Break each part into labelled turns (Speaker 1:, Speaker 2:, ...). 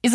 Speaker 1: is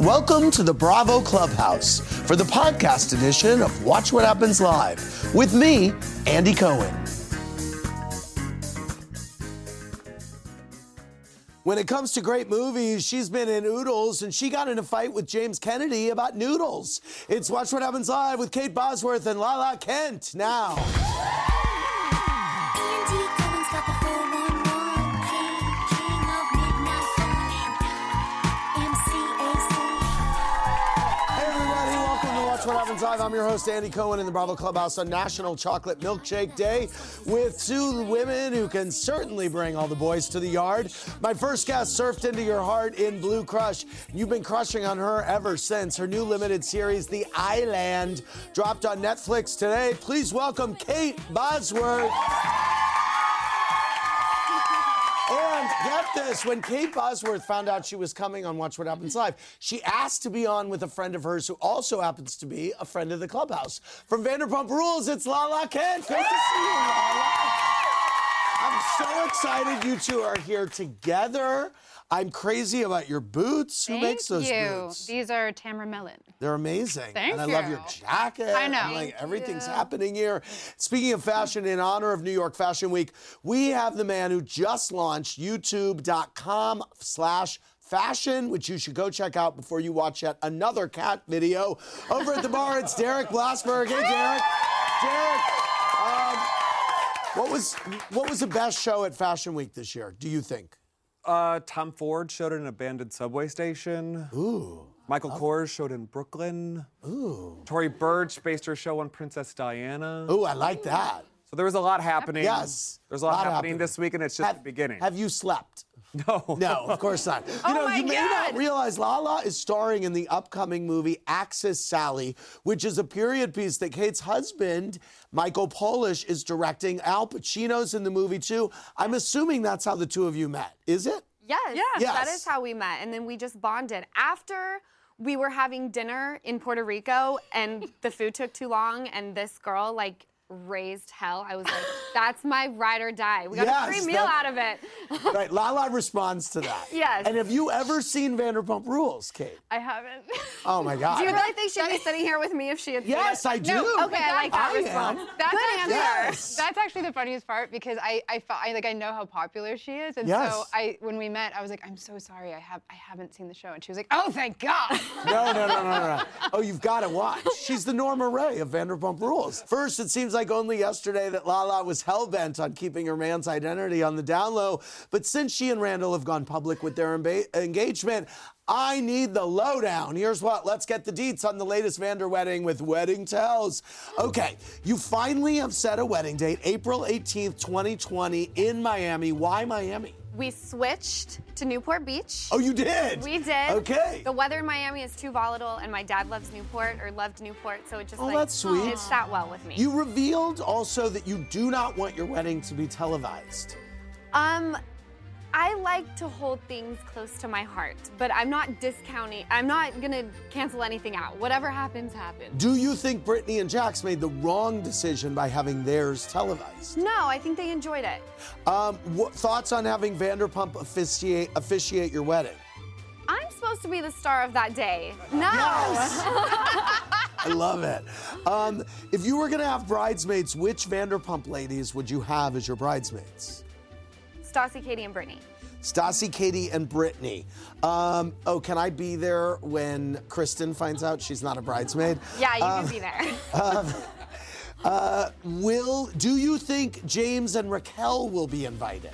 Speaker 2: Welcome to the Bravo Clubhouse for the podcast edition of Watch What Happens Live with me, Andy Cohen. When it comes to great movies, she's been in Oodles and she got in a fight with James Kennedy about noodles. It's Watch What Happens Live with Kate Bosworth and Lala Kent now.
Speaker 3: Andy Cohen's got the 411 king, king of midnight flying. MCAC.
Speaker 2: Hey everybody, welcome to Watch What Happens Live. I'm your host, Andy Cohen, in the Bravo Clubhouse on National Chocolate Milkshake Day with two women who can certainly bring all the boys to the yard. My first guest surfed into your heart in Blue Crush. You've been crushing on her ever since. Her new limited series, The Island, dropped on Netflix today. Please welcome Kate Bosworth. And get this, when Kate Bosworth found out she was coming on Watch What Happens Live, she asked to be on with a friend of hers who also happens to be a friend of the clubhouse. From Vanderpump Rules, it's Lala Kent. Great to see you, Lala. I'm so excited you two are here together. I'm crazy about your boots. Who
Speaker 4: Thank
Speaker 2: makes those
Speaker 4: you.
Speaker 2: boots?
Speaker 4: These are Tamra Mellon.
Speaker 2: They're amazing.
Speaker 4: Thank
Speaker 2: and I love your
Speaker 4: you.
Speaker 2: jacket.
Speaker 4: I know.
Speaker 2: I'm like,
Speaker 4: Thank
Speaker 2: everything's happening here. Speaking of fashion, in honor of New York Fashion Week, we have the man who just launched youtube.com slash fashion, which you should go check out before you watch yet another cat video. Over at the bar, it's Derek Blasberg. Hey, Derek. Derek. Um, what was what was the best show at Fashion Week this year? Do you think?
Speaker 5: Uh, Tom Ford showed at an abandoned subway station. Ooh. Michael Kors showed in Brooklyn. Ooh. Tori Burch based her show on Princess Diana.
Speaker 2: Ooh, I like that.
Speaker 5: So there was a lot happening.
Speaker 2: Yes,
Speaker 5: There's a lot, happening, this week, and it's just the beginning.
Speaker 2: Have you slept?
Speaker 5: no.
Speaker 2: No, of course not. You know,
Speaker 4: my
Speaker 2: you may not
Speaker 4: God.
Speaker 2: realize Lala is starring in the upcoming movie Axis Sally, which is a period piece that Kate's husband, Michael Polish, is directing. Al Pacino's in the movie too. I'm assuming that's how the two of you met, is it?
Speaker 6: Yes,
Speaker 2: Yes.
Speaker 6: That is how we met. And then we just bonded. After we were having dinner in Puerto Rico and the food took too long, and this girl, like, raised hell. I was like, that's my ride or die. We got
Speaker 2: Yes,
Speaker 6: a free meal
Speaker 2: that-
Speaker 6: out of it.
Speaker 2: Right, Lala responds to that.
Speaker 6: Yes.
Speaker 2: And have you ever seen Vanderpump Rules, Kate?
Speaker 6: I haven't.
Speaker 2: Oh my God.
Speaker 6: Do you really think she'd be sitting here with me if she had seen
Speaker 2: yes,
Speaker 6: it?
Speaker 2: I do.
Speaker 6: Okay, I like that
Speaker 2: I
Speaker 6: response.
Speaker 2: am.
Speaker 4: That's actually,
Speaker 2: Yes.
Speaker 4: that's actually the funniest part because I, I, felt, I like I know how popular she is, and so
Speaker 2: Yes.
Speaker 4: I when we met, I was like, I'm so sorry, I have I haven't seen the show, and she was like, Oh, thank God.
Speaker 2: No, no, no, no, no, no. Oh, you've got to watch. She's the Norma Ray of Vanderpump Rules. First, it seems like only yesterday that Lala was hell bent on keeping her man's identity on the down low. But since she and Randall have gone public with their emba- engagement, I need the lowdown. Here's what. Let's get the deets on the latest Vander wedding with Wedding Tells. Okay, you finally have set a wedding date, April 18th, 2020, in Miami. Why Miami?
Speaker 6: We switched to Newport Beach.
Speaker 2: Oh, you did?
Speaker 6: We did.
Speaker 2: Okay.
Speaker 6: The weather in Miami is too volatile, and my dad loves Newport or loved Newport, so it just
Speaker 2: Oh,
Speaker 6: like
Speaker 2: that's sweet.
Speaker 6: it sat well with me.
Speaker 2: You revealed also that you do not want your wedding to be televised.
Speaker 6: um, I like to hold things close to my heart, but I'm not discounting. I'm not gonna cancel anything out. Whatever happens, happens.
Speaker 2: Do you think Britney and Jax made the wrong decision by having theirs televised?
Speaker 6: no, I think they enjoyed it.
Speaker 2: Um, what, thoughts on having Vanderpump officiate, officiate your wedding?
Speaker 6: I'm supposed to be the star of that day. No.
Speaker 2: I love it. Um, if you were going to have bridesmaids, which Vanderpump ladies would you have as your bridesmaids?
Speaker 6: Stassi, Katie, and Brittany.
Speaker 2: Stassi, Katie, and Brittany. Um, oh, can I be there when Kristen finds out she's not a bridesmaid? Um,
Speaker 7: Yeah, you can be there.
Speaker 2: Uh, will do you think James and Raquel will be invited?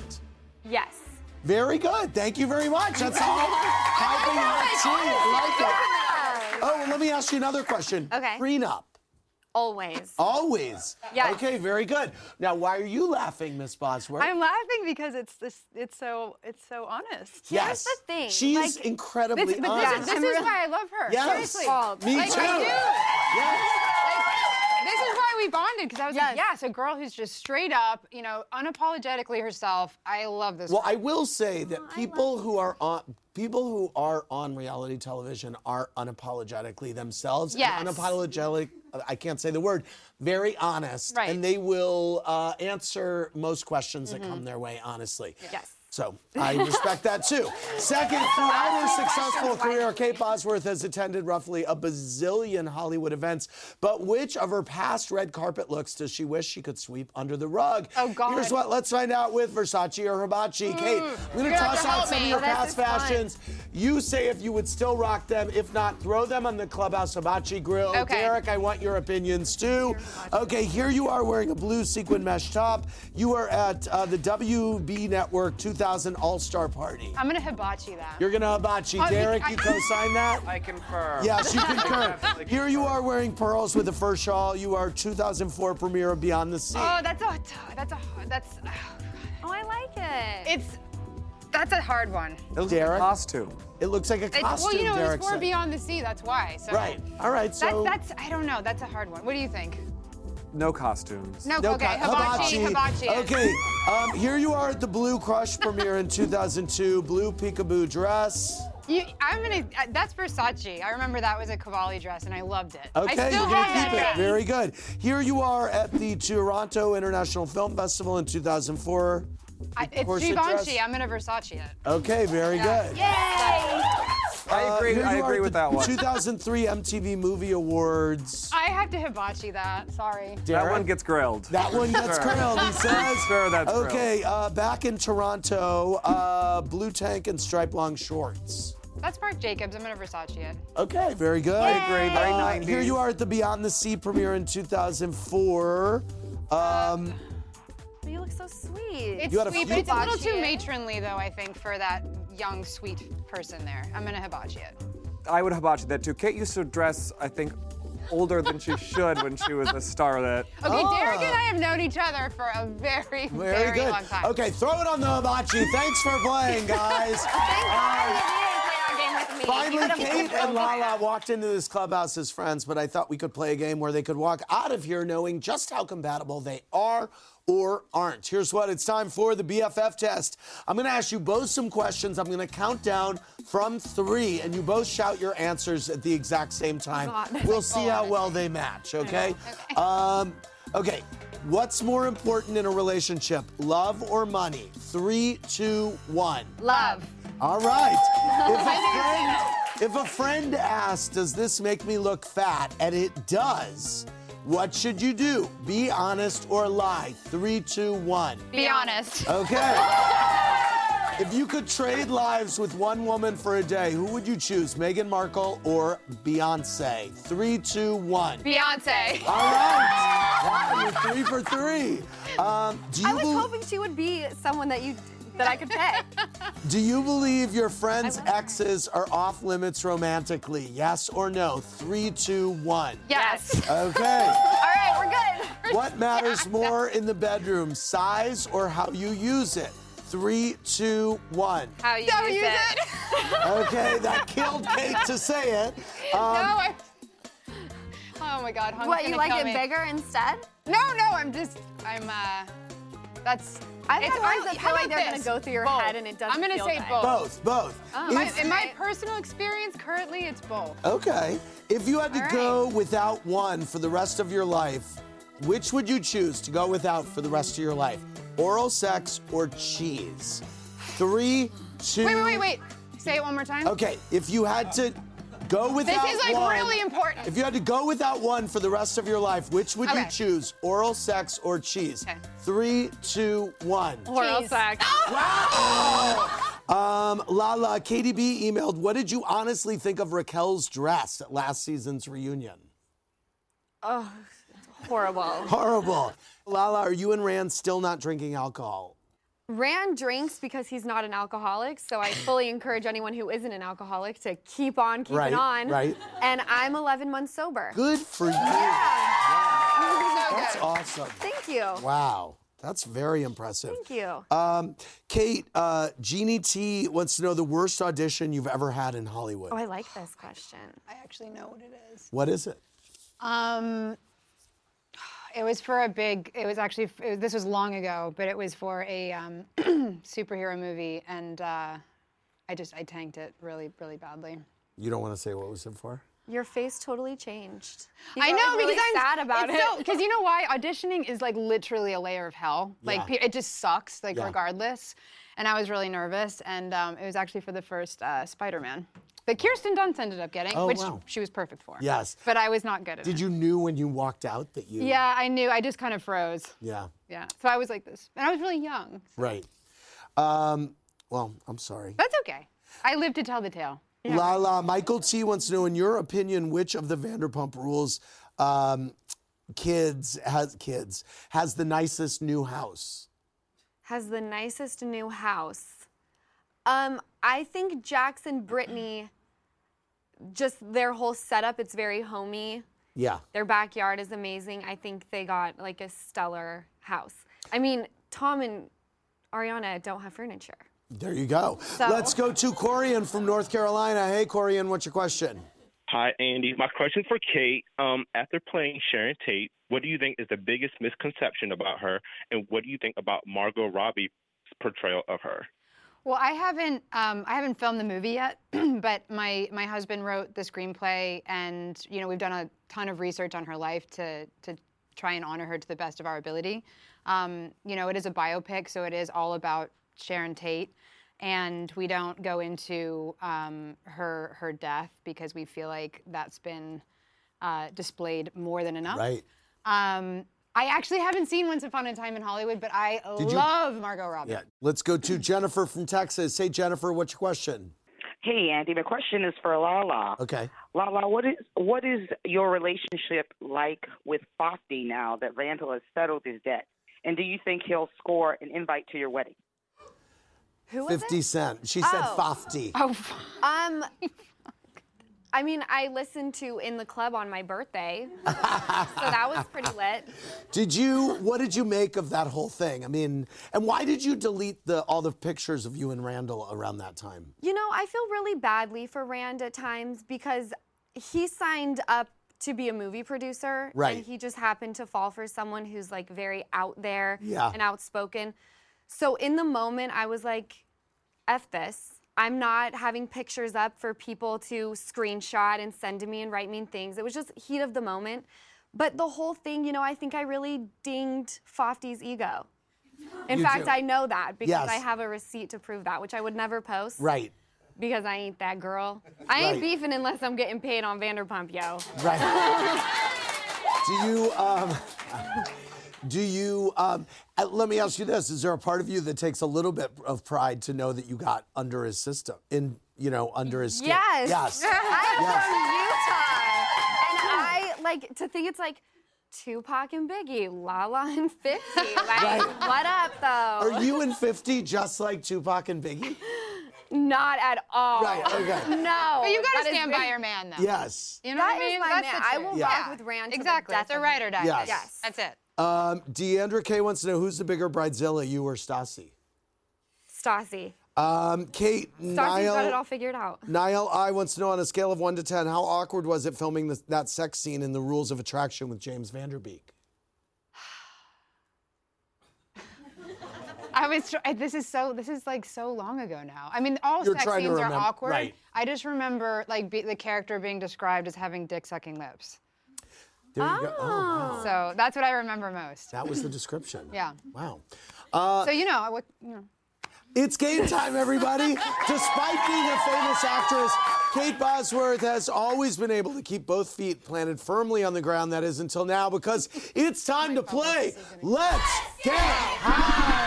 Speaker 7: yes.
Speaker 2: Very good. Thank you very much. That's all. Helping out too. I like it. Oh, and let me ask you another question.
Speaker 7: Okay.
Speaker 2: Prenup.
Speaker 7: Always.
Speaker 2: Uh, Always.
Speaker 7: Yes.
Speaker 2: Okay, very good. Now, why are you laughing, Miss Bosworth?
Speaker 6: I'm laughing because it's this. It's so. It's so honest.
Speaker 2: yes.
Speaker 7: the thing,
Speaker 2: She's
Speaker 7: like,
Speaker 2: incredibly
Speaker 6: This, but
Speaker 2: honest.
Speaker 6: this, is, this is why I love her.
Speaker 2: Yes.
Speaker 6: Seriously.
Speaker 7: Fault.
Speaker 2: Me
Speaker 6: Like,
Speaker 2: too.
Speaker 6: I do.
Speaker 2: Yes.
Speaker 6: Like, this is why we bonded because I was
Speaker 7: Yes.
Speaker 6: like, yes, a girl who's just straight up, you know, unapologetically herself. I love this.
Speaker 2: Well, I will say that people who are on people who are on reality television are unapologetically themselves. and
Speaker 6: Yes.
Speaker 2: unapologetic. I can't say the word. Very honest,
Speaker 6: Right.
Speaker 2: and they will uh, answer most questions that come their way honestly.
Speaker 7: Yes.
Speaker 2: So I respect that too. Second, throughout her successful career, Kate Bosworth has attended roughly a bazillion Hollywood events. But which of her past red carpet looks does she wish she could sweep under the rug?
Speaker 6: Oh, God. Mm.
Speaker 2: Here's what. Let's find out with Versace or Hibachi. Kate, I'm gonna
Speaker 6: have
Speaker 2: toss
Speaker 6: to
Speaker 2: out
Speaker 6: help
Speaker 2: some of
Speaker 6: me.
Speaker 2: your
Speaker 6: This
Speaker 2: past
Speaker 7: is fun.
Speaker 2: fashions. You say if you would still rock them. If not, throw them on the Clubhouse Hibachi Grill.
Speaker 6: Okay.
Speaker 2: Derek, I want your opinions too. Okay, here you are wearing a blue sequin mesh top. You are at uh, the WB Network 2000 All Star Party.
Speaker 6: I'm gonna hibachi that.
Speaker 2: You're gonna hibachi.
Speaker 6: I-
Speaker 2: Derek,
Speaker 6: Oh. I-
Speaker 2: you co-sign that?
Speaker 8: I confirm.
Speaker 2: Yes, you concur.
Speaker 8: Absolutely
Speaker 2: Here you are wearing pearls with a fur shawl. You are 2004 premiere of Beyond the Sea.
Speaker 6: oh, that's a. That's a. hard- That's.
Speaker 7: Oh, I like it.
Speaker 6: It's. That's a hard one.
Speaker 8: It looks like
Speaker 2: Derek?
Speaker 8: a costume.
Speaker 2: It looks like a
Speaker 6: It's,
Speaker 2: costume,
Speaker 6: well, you know, it
Speaker 2: Derek
Speaker 6: was for
Speaker 2: said.
Speaker 6: Beyond the Sea. That's why. So.
Speaker 2: Right. All right.
Speaker 6: That's,
Speaker 2: So
Speaker 6: that's I don't know. That's a hard one. What do you think?
Speaker 8: No costumes.
Speaker 6: No, okay.
Speaker 2: co-
Speaker 6: hibachi, hibachi.
Speaker 2: Okay. Um, here you are at the Blue Crush premiere in 2002. Blue peekaboo dress.
Speaker 6: You, I'm gonna. Uh, that's Versace. I remember that was a Cavalli dress, and I loved it.
Speaker 2: Okay,
Speaker 6: I still
Speaker 2: you're gonna
Speaker 6: have that
Speaker 2: keep it.
Speaker 6: dress.
Speaker 2: Very good. Here you are at the Toronto International Film Festival in 2004.
Speaker 6: I, it's
Speaker 2: corset
Speaker 6: Givenchy.
Speaker 2: dress.
Speaker 6: I'm gonna Versace it.
Speaker 2: Okay, very good.
Speaker 8: I
Speaker 2: Uh,
Speaker 8: agree.
Speaker 2: here
Speaker 8: I
Speaker 2: you are
Speaker 8: agree
Speaker 2: at
Speaker 8: with
Speaker 2: the
Speaker 8: that one.
Speaker 2: 2003 MTV Movie Awards.
Speaker 6: I have to hibachi that. Sorry.
Speaker 8: That
Speaker 2: Derek?
Speaker 8: one gets grilled.
Speaker 2: That one gets
Speaker 8: Sure.
Speaker 2: grilled, he says.
Speaker 8: Sure, that's grilled.
Speaker 2: Okay, uh, back in Toronto, uh, blue tank and stripe long shorts.
Speaker 6: That's Marc Jacobs. I'm gonna Versace it.
Speaker 2: Okay, very good.
Speaker 8: I agree. Very
Speaker 2: Uh,
Speaker 8: 90s.
Speaker 2: here you are at the Beyond the Sea premiere in 2004. Um,
Speaker 7: But you look so sweet.
Speaker 6: It's
Speaker 2: You had a
Speaker 6: sweet,
Speaker 2: few-
Speaker 6: but it's a little
Speaker 7: Hibachi
Speaker 6: too
Speaker 7: it.
Speaker 6: matronly, though. I think for that young, sweet person there. I'm gonna hibachi it.
Speaker 8: I would hibachi that too. Kate used to dress, I think, older than she should when she was a starlet.
Speaker 6: Okay, Derek and I have known each other for a very, very,
Speaker 2: Ah. very, good.
Speaker 6: long time.
Speaker 2: Okay, throw it on the hibachi. Thanks for playing, guys.
Speaker 7: Thank you for playing our game with me.
Speaker 2: Finally,
Speaker 7: You could've-
Speaker 2: Kate and Lala walked into this clubhouse as friends, but I thought we could play a game where they could walk out of here knowing just how compatible they are or aren't. Here's what it's time for the BFF test. I'm going to ask you both some questions. I'm going to count down from three, and you both shout your answers at the exact same time.
Speaker 7: Oh God.
Speaker 2: we'll see how well they match, okay? Um, okay. What's more important in a relationship, love or money? Three, two, one.
Speaker 6: Love.
Speaker 2: All right. If a friend, if a friend asks, "Does this make me look fat?" and it does, what should you do? Be honest or lie? Three, two, one.
Speaker 6: Be honest.
Speaker 2: Okay. If you could trade lives with one woman for a day, who would you choose, Meghan Markle or Beyonce? Three, two, one.
Speaker 6: Beyonce.
Speaker 2: All right. Wow, you're three for three. Um, do you
Speaker 7: I was
Speaker 2: bel-
Speaker 7: hoping she would be someone that you that I could pick.
Speaker 2: Do you believe your friends'
Speaker 7: love her.
Speaker 2: exes are off limits romantically? Yes or no? Three, two, one.
Speaker 6: Yes.
Speaker 2: Okay.
Speaker 7: All right, we're good.
Speaker 2: what matters more in the bedroom, size or how you use it? Three, two, one.
Speaker 7: How you
Speaker 6: Don't
Speaker 7: use
Speaker 6: use
Speaker 7: it.
Speaker 6: it.
Speaker 2: Okay, that killed Kate to say it.
Speaker 6: no, I. Oh my God, Hung's
Speaker 7: Um, What
Speaker 6: gonna
Speaker 7: you like
Speaker 6: kill
Speaker 7: it
Speaker 6: me.
Speaker 7: bigger instead?
Speaker 6: No, no, I'm just, I'm. uh That's.
Speaker 7: I've had ones
Speaker 6: hard-
Speaker 7: that
Speaker 6: how
Speaker 7: feel like
Speaker 6: about
Speaker 7: they're gonna
Speaker 6: this?
Speaker 7: go through your
Speaker 6: Both.
Speaker 7: head and it doesn't
Speaker 6: I'm gonna
Speaker 7: feel
Speaker 6: say
Speaker 7: good.
Speaker 2: Both,
Speaker 6: both.
Speaker 2: both.
Speaker 6: My,
Speaker 2: If-
Speaker 6: in my
Speaker 7: Right.
Speaker 6: personal experience, currently, it's both.
Speaker 2: okay. If you had to
Speaker 6: All right.
Speaker 2: go without one for the rest of your life, which would you choose to go without for the rest of your life? Oral sex or cheese? Three, two.
Speaker 6: Wait, wait, wait, wait. Say it one more time.
Speaker 2: Okay, if you had to go
Speaker 6: This
Speaker 2: without
Speaker 6: is like
Speaker 2: one,
Speaker 6: really important.
Speaker 2: If you had to go without one for the rest of your life, which would you
Speaker 6: Okay.
Speaker 2: choose? Oral sex or cheese?
Speaker 6: Okay.
Speaker 2: Three, two, one.
Speaker 6: Oral
Speaker 7: Jeez.
Speaker 6: sex.
Speaker 2: Wow! Um, Lala, Katie B emailed, what did you honestly think of Raquel's dress at last season's reunion?
Speaker 7: Horrible.
Speaker 2: Horrible. Lala, are you and Rand still not drinking alcohol?
Speaker 7: Rand drinks because he's not an alcoholic, so I fully encourage anyone who isn't an alcoholic to keep on keeping
Speaker 2: Right,
Speaker 7: on.
Speaker 2: right.
Speaker 7: And I'm 11 months sober.
Speaker 2: Good for you.
Speaker 6: So
Speaker 2: That's
Speaker 6: good.
Speaker 2: awesome.
Speaker 7: Thank you.
Speaker 2: Wow. That's very impressive.
Speaker 7: Thank you.
Speaker 2: Um, Kate, uh, Jeannie T wants to know the worst audition you've ever had in Hollywood.
Speaker 7: oh, I like this question.
Speaker 6: I actually know what it is.
Speaker 2: What is it?
Speaker 6: Um, it was for a big. It was actually. It was, this was long ago, but it was for a um, superhero movie, and uh, I just I tanked it really, really badly.
Speaker 2: You don't want to say what was it for?
Speaker 7: Your face totally changed. You
Speaker 6: I
Speaker 7: got,
Speaker 6: know
Speaker 7: like, really
Speaker 6: because I'm
Speaker 7: sad about
Speaker 6: it's
Speaker 7: it.
Speaker 6: Because you know why auditioning is like literally a layer of hell. Like
Speaker 2: Yeah.
Speaker 6: pe- it just sucks. Like
Speaker 2: Yeah.
Speaker 6: regardless, and I was really nervous, and um, it was actually for the first uh, Spider-Man that Kirsten Dunst ended up getting,
Speaker 2: Oh,
Speaker 6: which
Speaker 2: wow.
Speaker 6: she was perfect for.
Speaker 2: Yes.
Speaker 6: but I was not good at
Speaker 2: Did
Speaker 6: it.
Speaker 2: you knew when you walked out that you?
Speaker 6: Yeah, I knew. I just kind of froze.
Speaker 2: Yeah.
Speaker 6: Yeah, so I was like this, and I was really young.
Speaker 2: Right. Um, well, I'm sorry.
Speaker 6: That's okay. I live to tell the tale.
Speaker 2: Lala, Michael T wants to know, in your opinion, which of the Vanderpump Rules um, kids has kids has the nicest new house?
Speaker 7: Has the nicest new house. Um, I think Jax and Brittany, just their whole setup, it's very homey.
Speaker 2: Yeah.
Speaker 7: Their backyard is amazing. I think they got like a stellar house. I mean, Tom and Ariana don't have furniture.
Speaker 2: There you go. Let's go to Corian from North Carolina. Hey, Corian, what's your question?
Speaker 9: Hi, Andy. My question for Kate. Um, after playing Sharon Tate, what do you think is the biggest misconception about her, and what do you think about Margot Robbie's portrayal of her?
Speaker 6: Well, I haven't um, I haven't filmed the movie yet, but my my husband wrote the screenplay, and you know we've done a ton of research on her life to to try and honor her to the best of our ability. Um, you know, it is a biopic, so it is all about Sharon Tate, and we don't go into um, her her death because we feel like that's been uh, displayed more than enough.
Speaker 2: Right.
Speaker 6: Um, I actually haven't seen Once Upon a Time in Hollywood, but I
Speaker 2: Did you-
Speaker 6: love Margot Robbie.
Speaker 2: Yeah. Let's go to Jennifer from Texas. Hey, Jennifer, what's your question?
Speaker 10: Hey, Andy, my question is for Lala.
Speaker 2: Okay.
Speaker 10: Lala, what is what is your relationship like with Fosty now that Randall has settled his debt? And do you think he'll score an invite to your wedding?
Speaker 7: Who was
Speaker 2: 50
Speaker 7: it?
Speaker 2: Cent. She said
Speaker 7: Oh.
Speaker 2: 50.
Speaker 6: Oh,
Speaker 7: Um, I mean, I listened to In the Club on my birthday, so that was pretty lit.
Speaker 2: Did you, what did you make of that whole thing? I mean, and why did you delete the all the pictures of you and Randall around that time?
Speaker 7: You know, I feel really badly for Rand at times because he signed up to be a movie producer.
Speaker 2: Right.
Speaker 7: And he just happened to fall for someone who's like very out there
Speaker 2: Yeah.
Speaker 7: and outspoken. So in the moment, I was like, F this. I'm not having pictures up for people to screenshot and send to me and write mean things. It was just heat of the moment. But the whole thing, you know, I think I really dinged Fofty's ego. In
Speaker 2: You
Speaker 7: fact,
Speaker 2: do.
Speaker 7: I know that because
Speaker 2: Yes.
Speaker 7: I have a receipt to prove that, which I would never post
Speaker 2: Right.
Speaker 7: because I ain't that girl. I ain't
Speaker 2: Right.
Speaker 7: beefing unless I'm getting paid on Vanderpump, yo.
Speaker 2: Right. do you, um, do you, um, uh, let me ask you this. Is there a part of you that takes a little bit of pride to know that you got under his system, in, you know, under his skin?
Speaker 7: Yes.
Speaker 2: Yes.
Speaker 7: I'm
Speaker 2: Yes.
Speaker 7: from Utah. And I like to think it's like Tupac and Biggie, Lala and 50. Like,
Speaker 2: Right.
Speaker 7: what up though?
Speaker 2: Are you and 50 just like Tupac and Biggie?
Speaker 7: Not at all.
Speaker 2: Right, okay.
Speaker 7: No.
Speaker 6: But you
Speaker 7: that
Speaker 6: gotta
Speaker 7: is
Speaker 6: stand
Speaker 7: very-
Speaker 6: by your man, though.
Speaker 2: Yes.
Speaker 6: You know
Speaker 7: That
Speaker 6: what I
Speaker 7: is
Speaker 6: mean?
Speaker 7: my
Speaker 6: That's
Speaker 7: man.
Speaker 6: the
Speaker 7: I
Speaker 6: truth.
Speaker 7: will rock with Rand to the
Speaker 6: Exactly.
Speaker 7: death
Speaker 6: It's a
Speaker 7: of
Speaker 6: ride or die.
Speaker 2: Yes.
Speaker 7: Yes.
Speaker 6: That's it.
Speaker 2: Um, Deandra K wants to know who's the bigger bridezilla, you or Stassi?
Speaker 7: Stassi.
Speaker 2: Um, Kate,
Speaker 7: Stassi's got it all
Speaker 2: Niall,
Speaker 7: figured out.
Speaker 2: Niall I wants to know on a scale of one to ten, how awkward was it filming this, that sex scene in The Rules of Attraction with James Vanderbeek?
Speaker 6: I was. tr- I- This is so. This is like so long ago now. I mean, all
Speaker 2: You're
Speaker 6: sex
Speaker 2: trying to
Speaker 6: scenes
Speaker 2: remember-
Speaker 6: are awkward.
Speaker 2: right.
Speaker 6: I just remember like be, the character being described as having dick sucking lips.
Speaker 2: There you go. Oh, wow.
Speaker 6: So that's what I remember most.
Speaker 2: That was the description.
Speaker 6: Yeah.
Speaker 2: Wow.
Speaker 6: so you know, I would, you know.
Speaker 2: It's game time, everybody. Despite being a famous actress, Kate Bosworth has always been able to keep both feet planted firmly on the ground, that is, until now, because it's time to play Let's Get High.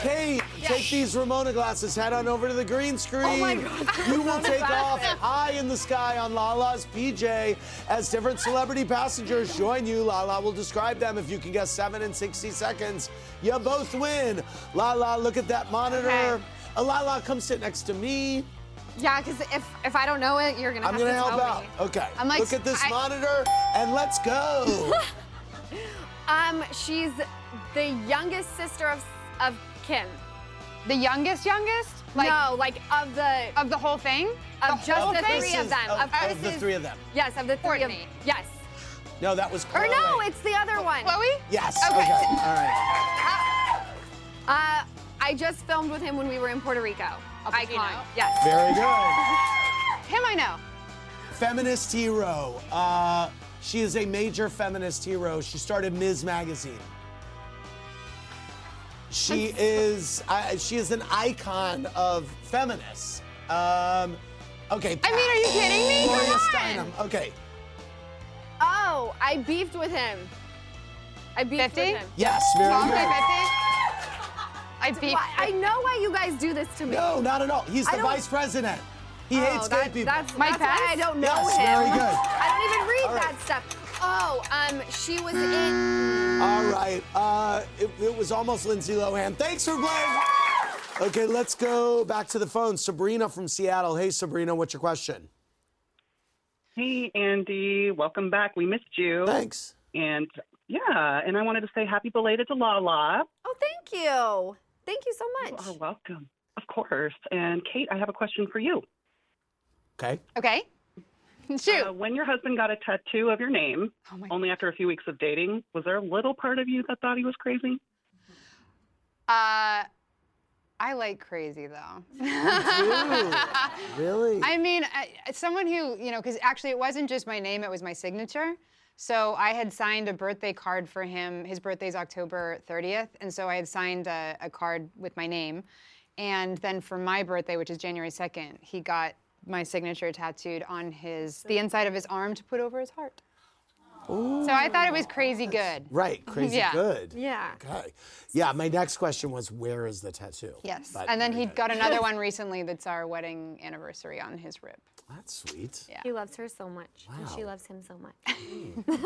Speaker 2: Kate, take these Ramona glasses, head on over to the green screen. Oh my God. You will take off high in the sky on Lala's PJ as different celebrity passengers join you. Lala will describe them. If you can guess seven in 60 seconds, you both win. Lala, look at that monitor.
Speaker 7: Okay.
Speaker 2: Uh, Lala, come sit next to me.
Speaker 7: Yeah, because if if I don't know it, you're gonna.
Speaker 2: I'm
Speaker 7: have
Speaker 2: gonna
Speaker 7: to
Speaker 2: help
Speaker 7: tell
Speaker 2: out.
Speaker 7: me.
Speaker 2: Okay.
Speaker 6: I'm like-
Speaker 2: Look at this
Speaker 7: I-
Speaker 2: monitor and let's go.
Speaker 7: Um, she's the youngest sister of of Kim.
Speaker 6: The youngest, youngest? Like,
Speaker 7: no, like of the of,
Speaker 6: of the whole thing?
Speaker 7: of just
Speaker 2: Oh,
Speaker 7: the
Speaker 2: this
Speaker 7: three of
Speaker 2: is-
Speaker 7: them.
Speaker 2: Of, of the
Speaker 7: Chris's-
Speaker 2: three of them.
Speaker 7: Yes, of the three
Speaker 6: Courtney.
Speaker 7: of yes.
Speaker 2: No, that was
Speaker 7: Or
Speaker 2: Chloe.
Speaker 7: no, it's the other one.
Speaker 6: Chloe?
Speaker 2: Yes. Okay.
Speaker 6: Okay.
Speaker 2: All right.
Speaker 7: Uh, I just filmed with him when we were in Puerto Rico. Icon. Yes.
Speaker 2: Very good.
Speaker 6: Him I know.
Speaker 2: Feminist hero. Uh, she is a major feminist hero. She started Ms. Magazine. She is I she is an icon of feminists. Um, okay.
Speaker 7: I mean, are you kidding me? Come
Speaker 2: Gloria
Speaker 7: on.
Speaker 2: Steinem. Okay.
Speaker 7: Oh, I beefed with him. I beefed
Speaker 6: 50?
Speaker 7: with him.
Speaker 2: Yes. Very
Speaker 6: Tom
Speaker 2: good.
Speaker 6: I beat.
Speaker 7: Why- I know why you guys do this to me.
Speaker 2: No, not at all. He's
Speaker 7: I
Speaker 2: the
Speaker 7: don't-
Speaker 2: vice president. He
Speaker 7: Oh,
Speaker 2: hates
Speaker 7: that-
Speaker 2: gay people.
Speaker 7: That's,
Speaker 6: Mike
Speaker 7: that's why
Speaker 6: Pence?
Speaker 7: I don't know
Speaker 2: Yes,
Speaker 7: him.
Speaker 2: very good.
Speaker 7: I don't even read
Speaker 2: All right.
Speaker 7: that stuff. Oh, um, she was in.
Speaker 2: All right. Uh, it, it was almost Lindsay Lohan. Thanks for playing. Okay, let's go back to the phone. Sabrina from Seattle. Hey, Sabrina, what's your question?
Speaker 10: Hey, Andy, welcome back. We missed you.
Speaker 2: Thanks.
Speaker 10: And yeah, and I wanted to say happy belated to Lala.
Speaker 7: Oh, thank you. Thank you so much.
Speaker 10: Oh, welcome. Of course. And Kate, I have a question for you.
Speaker 2: Okay.
Speaker 6: Okay. Shoot.
Speaker 10: Uh, when your husband got a tattoo of your name, only after a few weeks of dating, was there a little part of you that thought he was crazy?
Speaker 6: Uh, I like crazy though.
Speaker 2: Really?
Speaker 6: I mean, I, as someone who, you know, because actually it wasn't just my name, it was my signature. So I had signed a birthday card for him. His birthday's October 30th. And so I had signed a, a card with my name. And then for my birthday, which is January 2nd, he got my signature tattooed on his, the inside of his arm to put over his heart. So I thought it was crazy good.
Speaker 2: Right. Crazy
Speaker 6: Yeah.
Speaker 2: good.
Speaker 7: Yeah.
Speaker 2: Okay. Yeah, my next question was where is the tattoo?
Speaker 6: Yes.
Speaker 2: But
Speaker 6: and then
Speaker 2: very
Speaker 6: he
Speaker 2: good.
Speaker 6: got another one recently that's our wedding anniversary on his rib.
Speaker 2: That's sweet.
Speaker 7: He loves her so much, and she
Speaker 2: Wow.
Speaker 7: loves him so much.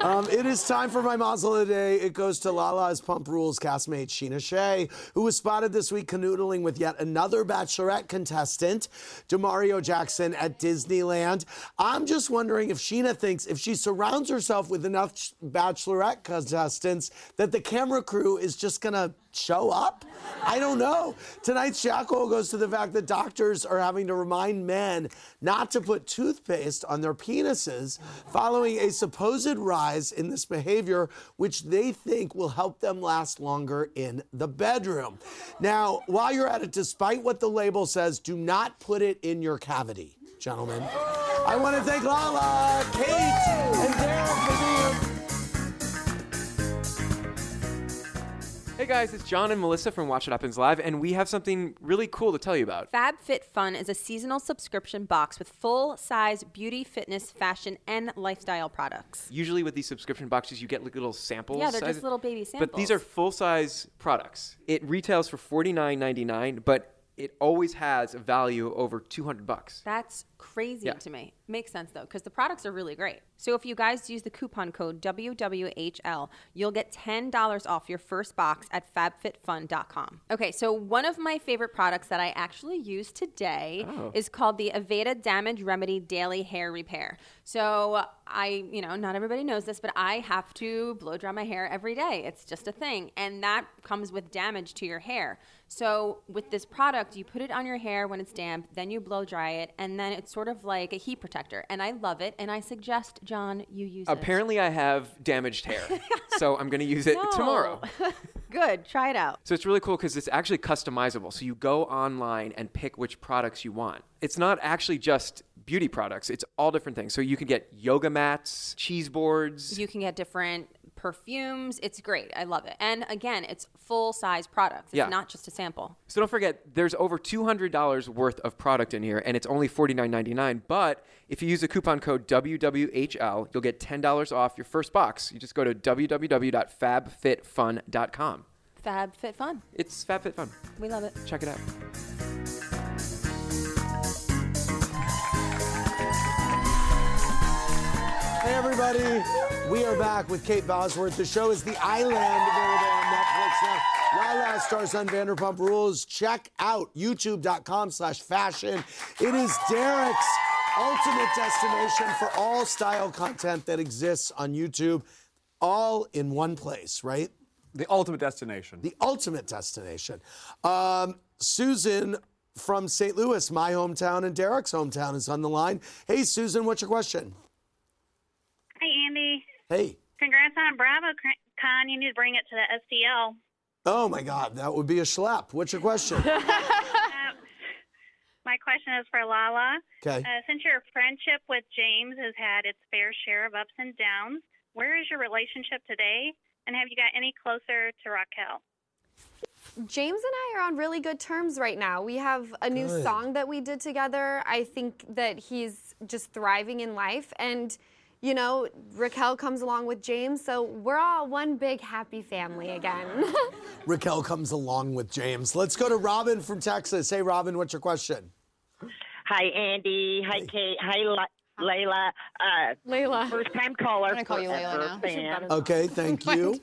Speaker 2: Um, it is time for my Mazel today. It goes to Lala's Pump Rules castmate Sheena Shea, who was spotted this week canoodling with yet another Bachelorette contestant, Demario Jackson, at Disneyland. I'm just wondering if Sheena thinks if she surrounds herself with enough ch- Bachelorette contestants that the camera crew is just gonna show up. I don't know. Tonight's jackal goes to the fact that doctors are having to remind men not to put toothpaste on their penises following a supposed rise in this behavior, which they think will help them last longer in the bedroom. Now, while you're at it, despite what the label says, do not put it in your cavity, gentlemen. I want to thank Lala, Kate, and Derek for being
Speaker 5: Hey guys, it's John and Melissa from Watch What Happens Live, and we have something really cool to tell you about.
Speaker 11: FabFitFun is a seasonal subscription box with full-size beauty, fitness, fashion, and lifestyle products.
Speaker 5: Usually with these subscription boxes, you get like little samples.
Speaker 11: Yeah, they're just little baby
Speaker 5: But these
Speaker 11: samples.
Speaker 5: are full size products. It retails for forty nine ninety nine, but it always has a value over two hundred bucks.
Speaker 11: That's crazy
Speaker 5: Yeah.
Speaker 11: to me. Makes sense though, because the products are really great. So if you guys use the coupon code WWHL, you'll get $10 off your first box at fabfitfun.com. Okay, so one of my favorite products that I actually use today is called the Aveda Damage Remedy Daily Hair Repair. So I, you know, not everybody knows this, but I have to blow dry my hair every day. It's just a thing. And that comes with damage to your hair. So with this product, you put it on your hair when it's damp, then you blow dry it, and then it's sort of like a heat protector. And I love it. And I suggest, John, you use
Speaker 5: Apparently, I have damaged hair, so I'm going to use it
Speaker 11: it. No.
Speaker 5: tomorrow.
Speaker 11: Good. Try it out.
Speaker 5: So it's really cool because it's actually customizable. So you go online and pick which products you want. It's not actually just beauty products, it's all different things. So you can get yoga mats, cheese boards.
Speaker 11: You can get different perfumes. It's great. I love it. And again, it's full size products. It's
Speaker 5: Yeah.
Speaker 11: not just a sample.
Speaker 5: so don't forget, there's over $200 worth of product in here and it's only $49.99. But if you use the coupon code WWHL, you'll get $10 off your first box. You just go to www.fabfitfun.com.
Speaker 11: FabFitFun.
Speaker 5: It's FabFitFun.
Speaker 11: We love it.
Speaker 5: Check it out.
Speaker 2: Hey, everybody. We are back with Kate Bosworth. The show is The Island, available on Netflix now. Lala stars on Vanderpump Rules. Check out youtube.com slash fashion. It is Derek's ultimate destination for all style content that exists on YouTube, all in one place, right?
Speaker 8: The ultimate destination.
Speaker 2: The ultimate destination. Um, Susan from St. Louis, my hometown, and Derek's hometown is on the line. Hey, Susan, what's your question?
Speaker 3: Hey, Andy.
Speaker 2: Hey.
Speaker 3: Congrats on BravoCon. You need to bring it to the STL.
Speaker 2: Oh my God, that would be a schlep. What's your question?
Speaker 3: Uh, my question is for Lala.
Speaker 2: Okay.
Speaker 3: Uh, since your friendship with James has had its fair share of ups and downs, where is your relationship today? And have you got any closer to Raquel?
Speaker 7: James and I are on really good terms right now. We have a new
Speaker 2: Good.
Speaker 7: song that we did together. I think that he's just thriving in life. And, you know, Raquel comes along with James. So we're all one big happy family again.
Speaker 2: Raquel comes along with James. Let's go to Robin from Texas. Hey, Robin, what's your question?
Speaker 12: Hi, Andy. Hi, Kate. Hi, La- Layla. Uh,
Speaker 7: Layla.
Speaker 12: First time caller.
Speaker 6: gonna call you Layla
Speaker 12: forever
Speaker 6: now.
Speaker 12: Fan.
Speaker 2: Okay, thank you.